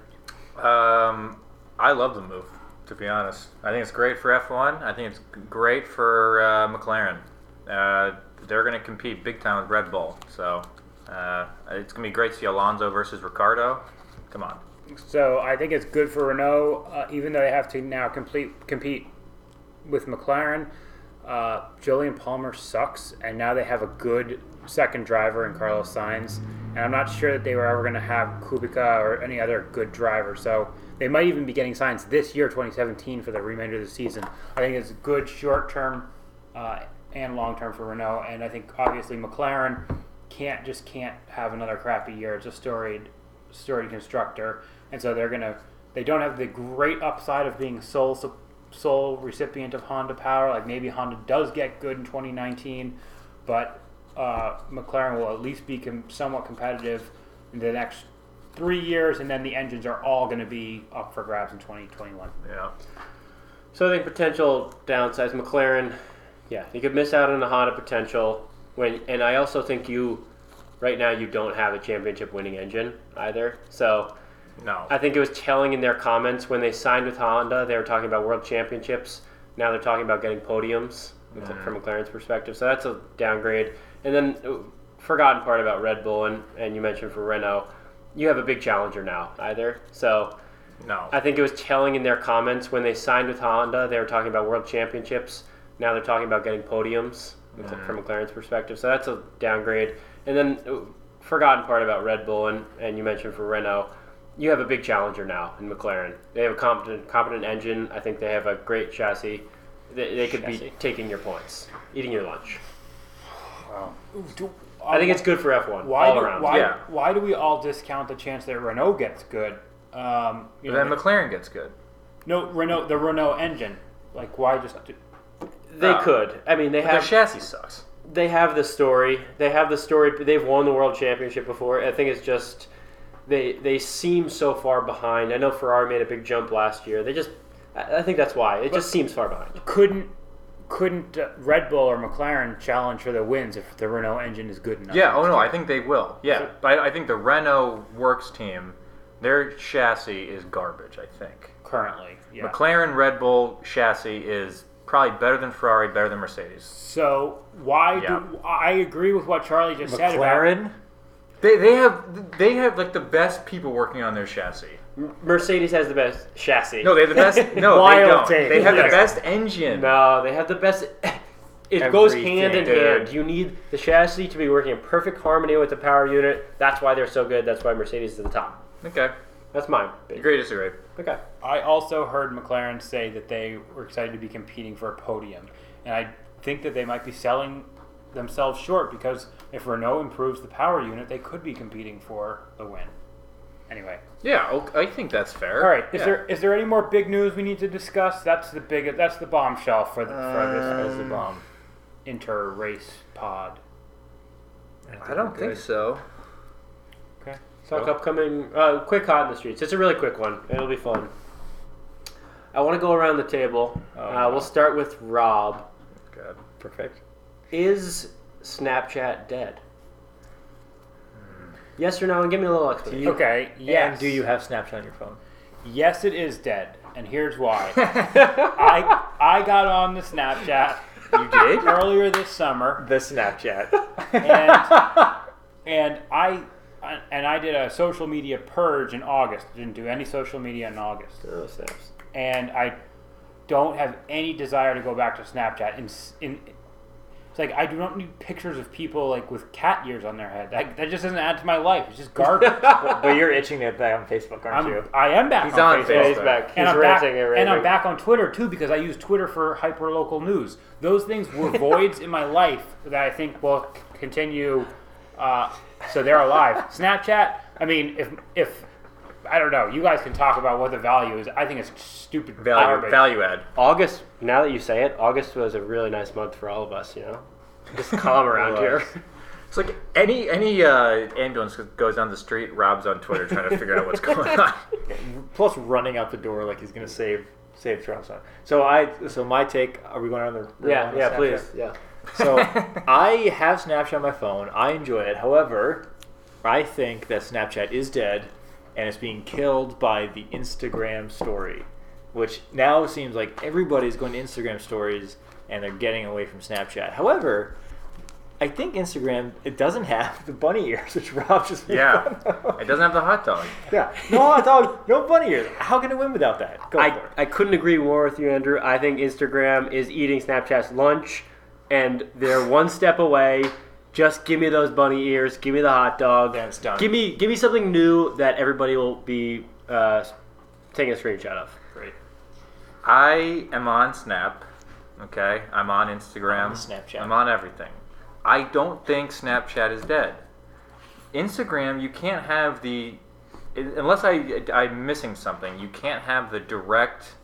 Speaker 4: Um, I love the move. To be honest, I think it's great for F1. I think it's great for uh, McLaren. Uh, they're going to compete big time with Red Bull, so uh, it's going to be great to see Alonso versus Ricardo. Come on,
Speaker 2: So I think it's good for Renault, uh, even though they have to now complete compete with McLaren. Uh, Julian Palmer sucks, and now they have a good second driver in Carlos Sainz. And I'm not sure that they were ever going to have Kubica or any other good driver. So they might even be getting Sainz this year, 2017, for the remainder of the season. I think it's good short term uh, and long term for Renault. And I think obviously McLaren can't just can't have another crappy year. It's a storied storied constructor, and so they're gonna they don't have the great upside of being sole sup- sole recipient of Honda power. Like maybe Honda does get good in 2019, but uh, McLaren will at least be com- somewhat competitive in the next three years, and then the engines are all going to be up for grabs in 2021.
Speaker 4: yeah,
Speaker 3: So I think potential downsides, McLaren. Yeah, you could miss out on the Honda potential. When and I also think you, right now, you don't have a championship winning engine either. So
Speaker 4: no,
Speaker 3: I think it was telling in their comments when they signed with Honda, they were talking about world championships. Now they're talking about getting podiums from McLaren's perspective. So that's a downgrade. And then uh, forgotten part about Red Bull, and, and you mentioned for Renault, you have a big challenger now, either. So
Speaker 4: No.
Speaker 3: I think it was telling in their comments when they signed with Honda, they were talking about world championships. Now they're talking about getting podiums
Speaker 4: Mm-hmm.
Speaker 3: from McLaren's perspective. So that's a downgrade. And then, uh, forgotten part about Red Bull, and, and you mentioned for Renault, you have a big challenger now in McLaren. They have a competent, competent engine. I think they have a great chassis. They, they could be
Speaker 1: Chassis.
Speaker 3: taking your points, eating your lunch.
Speaker 2: Do- uh,
Speaker 3: I think it's good for F1
Speaker 2: why
Speaker 3: all
Speaker 2: do,
Speaker 3: around.
Speaker 2: why,
Speaker 4: yeah.
Speaker 2: why do we all discount the chance that Renault gets good? Um, you know,
Speaker 4: then McLaren gets good.
Speaker 2: no, Renault the Renault engine. Like why just? do-
Speaker 3: They
Speaker 4: Uh,
Speaker 3: could. I mean, they
Speaker 4: Their
Speaker 3: have
Speaker 4: chassis sucks.
Speaker 3: they have the story. They have the story. but They've won the world championship before. I think it's just they they seem so far behind. I know Ferrari made a big jump last year. They just I I think that's why it just seems far behind.
Speaker 2: couldn't couldn't uh, Red Bull or McLaren challenge for the wins if the Renault engine is good enough?
Speaker 4: Yeah. Oh no, I think they will. Yeah, but I think the Renault works team, their chassis is garbage. I think
Speaker 2: currently. Yeah.
Speaker 4: McLaren Red Bull chassis is probably better than Ferrari, better than Mercedes.
Speaker 2: so why do
Speaker 4: Yeah.
Speaker 2: I agree with what Charlie just said about
Speaker 1: McLaren.
Speaker 4: They, they have they have like the best people working on their chassis.
Speaker 3: Mercedes has the best chassis.
Speaker 4: No, they have the best. No, they
Speaker 2: Wild
Speaker 4: don't.
Speaker 2: take.
Speaker 4: They have the
Speaker 2: Yeah.
Speaker 4: best engine.
Speaker 3: No, they have the best. It goes hand in
Speaker 4: Everything, dude.
Speaker 3: hand. You need the chassis to be working in perfect harmony with the power unit. That's why they're so good. That's why Mercedes is at the top.
Speaker 4: Okay,
Speaker 3: That's mine.
Speaker 4: agree, disagree.
Speaker 3: Okay.
Speaker 2: I also heard McLaren say that they were excited to be competing for a podium, and I think that they might be selling themselves short because if Renault improves the power unit, they could be competing for the win. Anyway,
Speaker 4: Yeah, ok- I think that's fair.
Speaker 2: all right. Is
Speaker 4: Yeah.
Speaker 2: there is there any more big news we need to discuss? That's the big. That's the bombshell for the, for this as the bomb inter race pod.
Speaker 4: I don't think so.
Speaker 2: Okay.
Speaker 3: Talk upcoming uh, quick hot in the streets. It's a really quick one. It'll be fun. I want to go around the table. uh, we'll start with Rob.
Speaker 4: God.
Speaker 3: Perfect. Is Snapchat dead? Hmm. Yes or no, and give me a little explanation.
Speaker 2: Okay. Yes.
Speaker 1: And do you have Snapchat on your phone?
Speaker 2: Yes, it is dead, and here's why. I I got on the Snapchat
Speaker 1: You did
Speaker 2: earlier this summer,
Speaker 1: the Snapchat.
Speaker 2: and and I and I did a social media purge in August. Didn't do any social media in August,
Speaker 3: Oh, snaps.
Speaker 2: and I don't have any desire to go back to Snapchat. In, s- in it's like I do not need pictures of people like with cat ears on their head. That, that just doesn't add to my life. It's just garbage.
Speaker 1: but you're itching to get back on Facebook, aren't
Speaker 2: I'm,
Speaker 1: you?
Speaker 2: I am back.
Speaker 4: He's
Speaker 2: on
Speaker 4: on
Speaker 2: Facebook.
Speaker 3: Yeah, he's
Speaker 4: Facebook.
Speaker 3: back.
Speaker 2: and
Speaker 3: he's
Speaker 2: I'm back,
Speaker 3: ranting and
Speaker 2: and I'm
Speaker 3: raving.
Speaker 2: back on Twitter too because I use Twitter for hyperlocal news. Those things were voids in my life that I think will c- continue. Uh, so they're alive. Snapchat. I mean, if if I don't know, you guys can talk about what the value is. I think it's stupid
Speaker 4: Value,
Speaker 2: garbage.
Speaker 4: value add.
Speaker 3: August. Now that you say it, August was a really nice month for all of us. You know, just calm around here.
Speaker 4: It's like any any uh, ambulance goes down the street, Rob's on Twitter trying to figure out what's going on.
Speaker 1: Plus, running out the door like he's gonna save save Trump's son. So I so my take. Are we going on the
Speaker 3: yeah,
Speaker 1: on the
Speaker 3: yeah,
Speaker 1: Snapchat?
Speaker 3: please, yeah.
Speaker 1: So I have Snapchat on my phone. I enjoy it. However, I think that Snapchat is dead and it's being killed by the Instagram story, which now seems like everybody's going to Instagram stories and they're getting away from Snapchat. However, I think Instagram it doesn't have the bunny ears, which Rob just made
Speaker 4: Yeah,
Speaker 1: fun of.
Speaker 4: it doesn't have the hot dog.
Speaker 1: yeah. No hot dog, no bunny ears. How can it win without that? Go
Speaker 3: I,
Speaker 1: for it.
Speaker 3: I couldn't agree more with you, Andrew. I think Instagram is eating Snapchat's lunch, and they're one step away. Just give me those bunny ears. Give me the hot dog.
Speaker 1: Then it's done.
Speaker 3: Give me give me something new that everybody will be uh, taking a screenshot of.
Speaker 1: Great.
Speaker 4: I am on Snap. Okay, I'm on Instagram.
Speaker 1: On Snapchat.
Speaker 4: I'm on everything. I don't think Snapchat is dead. Instagram, you can't have the unless I I'm missing something. You can't have the direct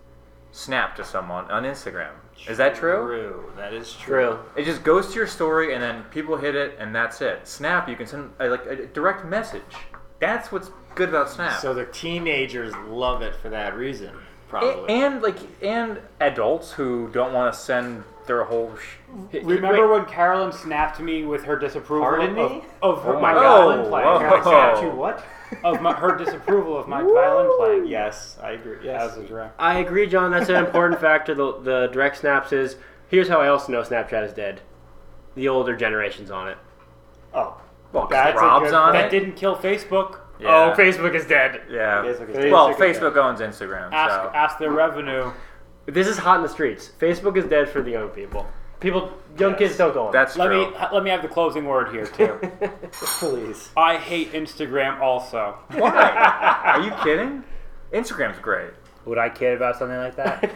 Speaker 4: snap to someone on Instagram. Is that true?
Speaker 1: True. That is
Speaker 3: True.
Speaker 4: It just goes to your story and then people hit it and that's it. Snap, you can send a, like a direct message. That's what's good about Snap.
Speaker 1: So the teenagers love it for that reason,
Speaker 4: A-
Speaker 1: probably.
Speaker 4: and like and adults who don't want to send their whole sh-
Speaker 2: Remember when Carolyn snapped me with her disapproval
Speaker 1: Pardon
Speaker 2: of,
Speaker 1: me?
Speaker 2: of
Speaker 3: Oh
Speaker 2: her,
Speaker 4: my
Speaker 2: my
Speaker 4: God.
Speaker 2: violin playing?
Speaker 4: Whoa.
Speaker 2: I snapped you
Speaker 1: what?
Speaker 2: of my, her disapproval of my violin playing.
Speaker 1: Yes, I agree.
Speaker 2: That
Speaker 1: Yes.
Speaker 2: was a direct.
Speaker 3: I agree, John. That's an important factor. The, the direct snaps is here's how I also know Snapchat is dead. The older generations on it.
Speaker 1: Oh,
Speaker 4: Well, 'cause
Speaker 2: That's a
Speaker 4: Rob's
Speaker 2: good-
Speaker 4: on
Speaker 2: that
Speaker 4: it.
Speaker 2: didn't kill Facebook.
Speaker 4: Yeah.
Speaker 2: Oh, Facebook is dead.
Speaker 4: yeah.
Speaker 3: is
Speaker 4: well,
Speaker 3: sick of
Speaker 4: Facebook owns Instagram.
Speaker 2: Ask
Speaker 4: so.
Speaker 2: ask their revenue.
Speaker 3: This is hot in the streets. Facebook is dead for the young people. People, young kids don't go on.
Speaker 4: That's
Speaker 2: Let
Speaker 4: true.
Speaker 2: me let me have the closing word here too.
Speaker 3: please.
Speaker 2: I hate Instagram also.
Speaker 4: Why? Are you kidding? Instagram's great.
Speaker 2: Would I kid about something like that?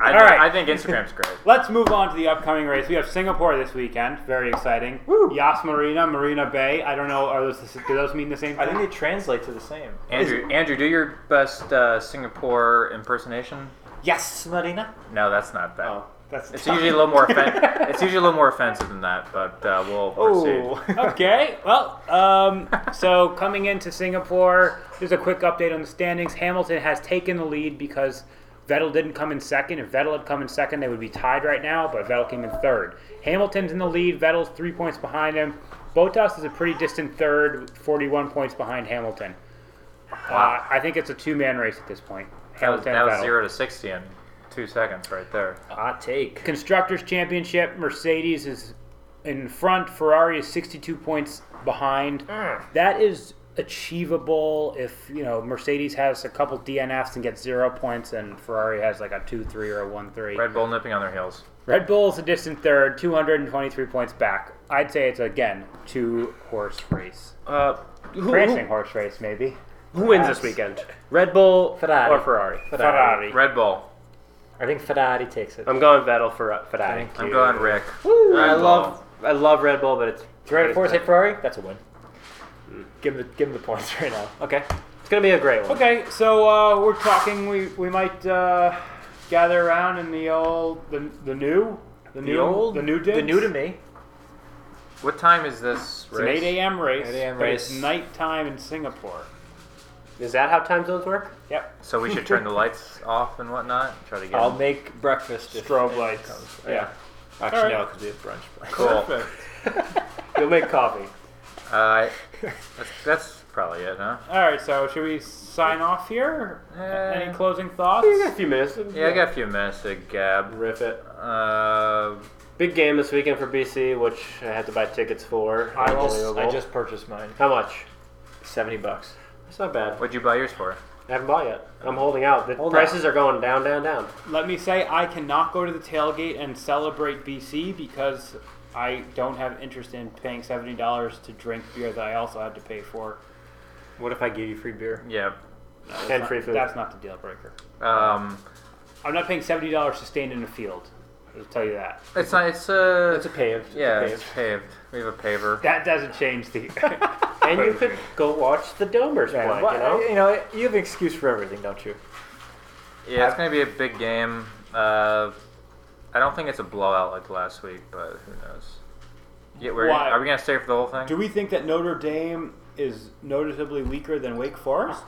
Speaker 4: I,
Speaker 2: All right.
Speaker 4: I think Instagram's great.
Speaker 2: Let's move on to the upcoming race. We have Singapore this weekend. Very exciting.
Speaker 1: Woo.
Speaker 2: Yas Marina, Marina Bay. I don't know. Are those do those mean the same
Speaker 1: I
Speaker 2: thing?
Speaker 1: think they translate to the same.
Speaker 4: Andrew, Andrew, do your best uh, Singapore impersonation.
Speaker 2: yes.
Speaker 1: Marina.
Speaker 4: No, that's not that.
Speaker 3: Oh,
Speaker 2: That's
Speaker 4: It's usually a little more offen- It's usually a little more offensive than that, but uh, we'll proceed.
Speaker 2: okay. Well, um, so coming into Singapore, just a quick update on the standings. Hamilton has taken the lead because Vettel didn't come in second. If Vettel had come in second, they would be tied right now, but Vettel came in third. Hamilton's in the lead. Vettel's three points behind him. Botas is a pretty distant third, 41 points behind Hamilton. Uh, I think it's a two man race at this point.
Speaker 4: That was,
Speaker 2: Hamilton
Speaker 4: that
Speaker 2: and
Speaker 4: was
Speaker 2: Vettel.
Speaker 4: zero to sixty in two seconds right there.
Speaker 2: Oh.
Speaker 1: Hot take.
Speaker 2: Constructors Championship, Mercedes is in front. Ferrari is 62 points behind.
Speaker 1: Mm.
Speaker 2: That is achievable if you know Mercedes has a couple DNFs and gets zero points, and Ferrari has like a two three or a one three.
Speaker 4: Red Bull nipping on their heels.
Speaker 2: Red Bull is a distant third, 223 points back. I'd say it's again two horse race,
Speaker 3: Uh, who,
Speaker 2: racing
Speaker 3: who,
Speaker 2: horse race maybe.
Speaker 3: who wins this weekend? Red Bull
Speaker 1: Ferrari.
Speaker 3: or Ferrari?
Speaker 2: Ferrari.
Speaker 4: Red Bull.
Speaker 1: I think Ferrari takes it.
Speaker 3: I'm going Vettel for uh, Ferrari.
Speaker 4: I'm going Rick. Red
Speaker 3: I
Speaker 4: Bull.
Speaker 3: love, I love Red Bull, but it's
Speaker 1: Ferrari Force hit Ferrari. That's a win. Give him the give him the points right now.
Speaker 3: okay. It's gonna be a great one.
Speaker 2: Okay, so uh, we're talking. We we might uh, gather around in the old the, the new the, new the new
Speaker 1: the
Speaker 2: digs.
Speaker 1: new to me.
Speaker 4: What time is this
Speaker 2: It's an
Speaker 4: race?
Speaker 2: 8 a.m. race,
Speaker 1: 8 a.m.
Speaker 2: but it's
Speaker 1: race.
Speaker 2: nighttime in Singapore.
Speaker 3: Is that how time zones work?
Speaker 2: Yep.
Speaker 4: So we should turn the lights off and whatnot. Try to get.
Speaker 1: I'll make breakfast. If
Speaker 2: Strobe lights. Yeah.
Speaker 1: Actually,
Speaker 2: All right.
Speaker 1: no, because we have brunch.
Speaker 4: cool.
Speaker 3: You'll make coffee.
Speaker 4: Uh, that's, that's probably it, huh?
Speaker 2: All right, so should we sign off here?
Speaker 4: Yeah.
Speaker 2: Any closing thoughts?
Speaker 3: You got a few minutes.
Speaker 4: Yeah, I got a few minutes to gab.
Speaker 3: riff it.
Speaker 4: Uh,
Speaker 3: Big game this weekend for BC, which I had to buy tickets for.
Speaker 1: I just,
Speaker 3: Unbelievable.
Speaker 1: I just purchased mine.
Speaker 3: how much?
Speaker 1: Seventy bucks.
Speaker 3: It's not bad.
Speaker 4: what'd you buy yours for?
Speaker 3: I haven't bought yet. I'm holding out. The
Speaker 1: Hold
Speaker 3: prices are going down, down, down.
Speaker 2: Let me say I cannot go to the tailgate and celebrate BC because I don't have interest in paying $70 to drink beer that I also had to pay for.
Speaker 1: What if I give you free beer?
Speaker 4: Yeah.
Speaker 2: No, that's
Speaker 3: And
Speaker 2: not-
Speaker 3: free food.
Speaker 2: That's not the deal breaker.
Speaker 4: Um,
Speaker 2: I'm not paying $70 to stand in a field. I'll tell you that.
Speaker 4: it's not. It's a.
Speaker 1: It's a paved. it's a
Speaker 4: yeah,
Speaker 1: paved.
Speaker 4: it's paved. We have a paver.
Speaker 2: That doesn't change the.
Speaker 3: And you could go watch the Domers
Speaker 1: Yeah,
Speaker 3: play,
Speaker 1: well,
Speaker 3: you know?
Speaker 1: you know, you have an excuse for everything, don't you?
Speaker 4: Yeah, it's gonna be a big game. Uh, I don't think it's a blowout like last week, but who knows? Yeah, we're
Speaker 2: Why?
Speaker 4: are we gonna stay for the whole thing?
Speaker 2: Do we think that Notre Dame is noticeably weaker than Wake Forest?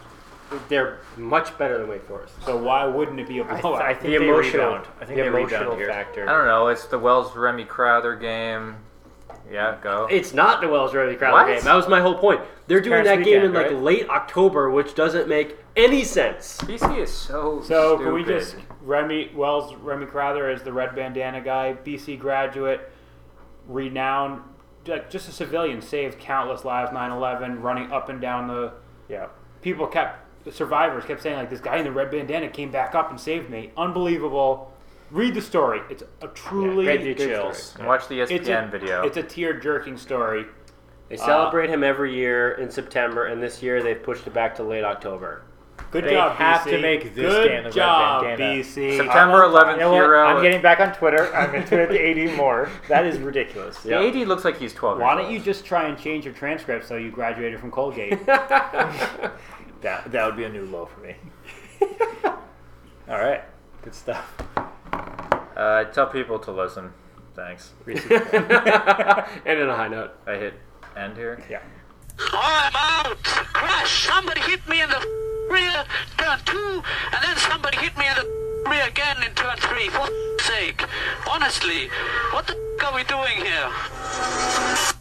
Speaker 3: They're much better than Wake Forest.
Speaker 2: So why wouldn't it be a blowout?
Speaker 1: I think
Speaker 3: the
Speaker 1: they
Speaker 3: emotional,
Speaker 1: rebound. I think
Speaker 3: the
Speaker 1: they
Speaker 3: emotional
Speaker 1: rebound here.
Speaker 4: I
Speaker 3: factor.
Speaker 4: don't know. It's the Wells Remy Crowder game. Yeah, go.
Speaker 3: It's not the Wells Remy Crowder
Speaker 4: What?
Speaker 3: game. That was my whole point. They're doing
Speaker 2: Paris
Speaker 3: that game in
Speaker 2: weekend,
Speaker 3: like
Speaker 2: right?
Speaker 3: late October, which doesn't make any sense.
Speaker 4: BC is so.
Speaker 2: so
Speaker 4: stupid.
Speaker 2: can we just Remy Wells Remy Crowther is the red bandana guy, BC graduate, renowned, like just a civilian, saved countless lives. 9/11, running up and down the.
Speaker 3: Yeah.
Speaker 2: People kept the survivors kept saying like this guy in the red bandana came back up and saved me. Unbelievable. Read the story. It's a truly
Speaker 3: great new chills.
Speaker 4: And watch the E ESPN
Speaker 2: It's a,
Speaker 4: video?
Speaker 2: It's a tear jerking story.
Speaker 3: They celebrate him every year in September, and this year they've pushed it back to late October.
Speaker 2: Good
Speaker 1: They
Speaker 2: job,
Speaker 1: have
Speaker 2: BC.
Speaker 1: to make this
Speaker 2: Good
Speaker 1: game the red
Speaker 2: job,
Speaker 1: bandana.
Speaker 2: BC.
Speaker 4: September 11th
Speaker 1: You know what?
Speaker 4: hero.
Speaker 1: I'm getting back on Twitter. I'm going to tweet at the AD more. That is ridiculous.
Speaker 4: The AD looks like he's 12.
Speaker 2: Why
Speaker 4: years
Speaker 2: don't you just try and change your transcript so you graduated from Colgate?
Speaker 1: That that would be a new low for me. All right, good stuff.
Speaker 4: old. Uh, tell people to listen. Thanks.
Speaker 3: and in a high note.
Speaker 4: I hit end here.
Speaker 2: yeah.
Speaker 5: Oh, I'm out. Crash. Somebody hit me in the rear, turn two, and then somebody hit me in the rear again in turn three. For sake. Honestly, what the are we doing here?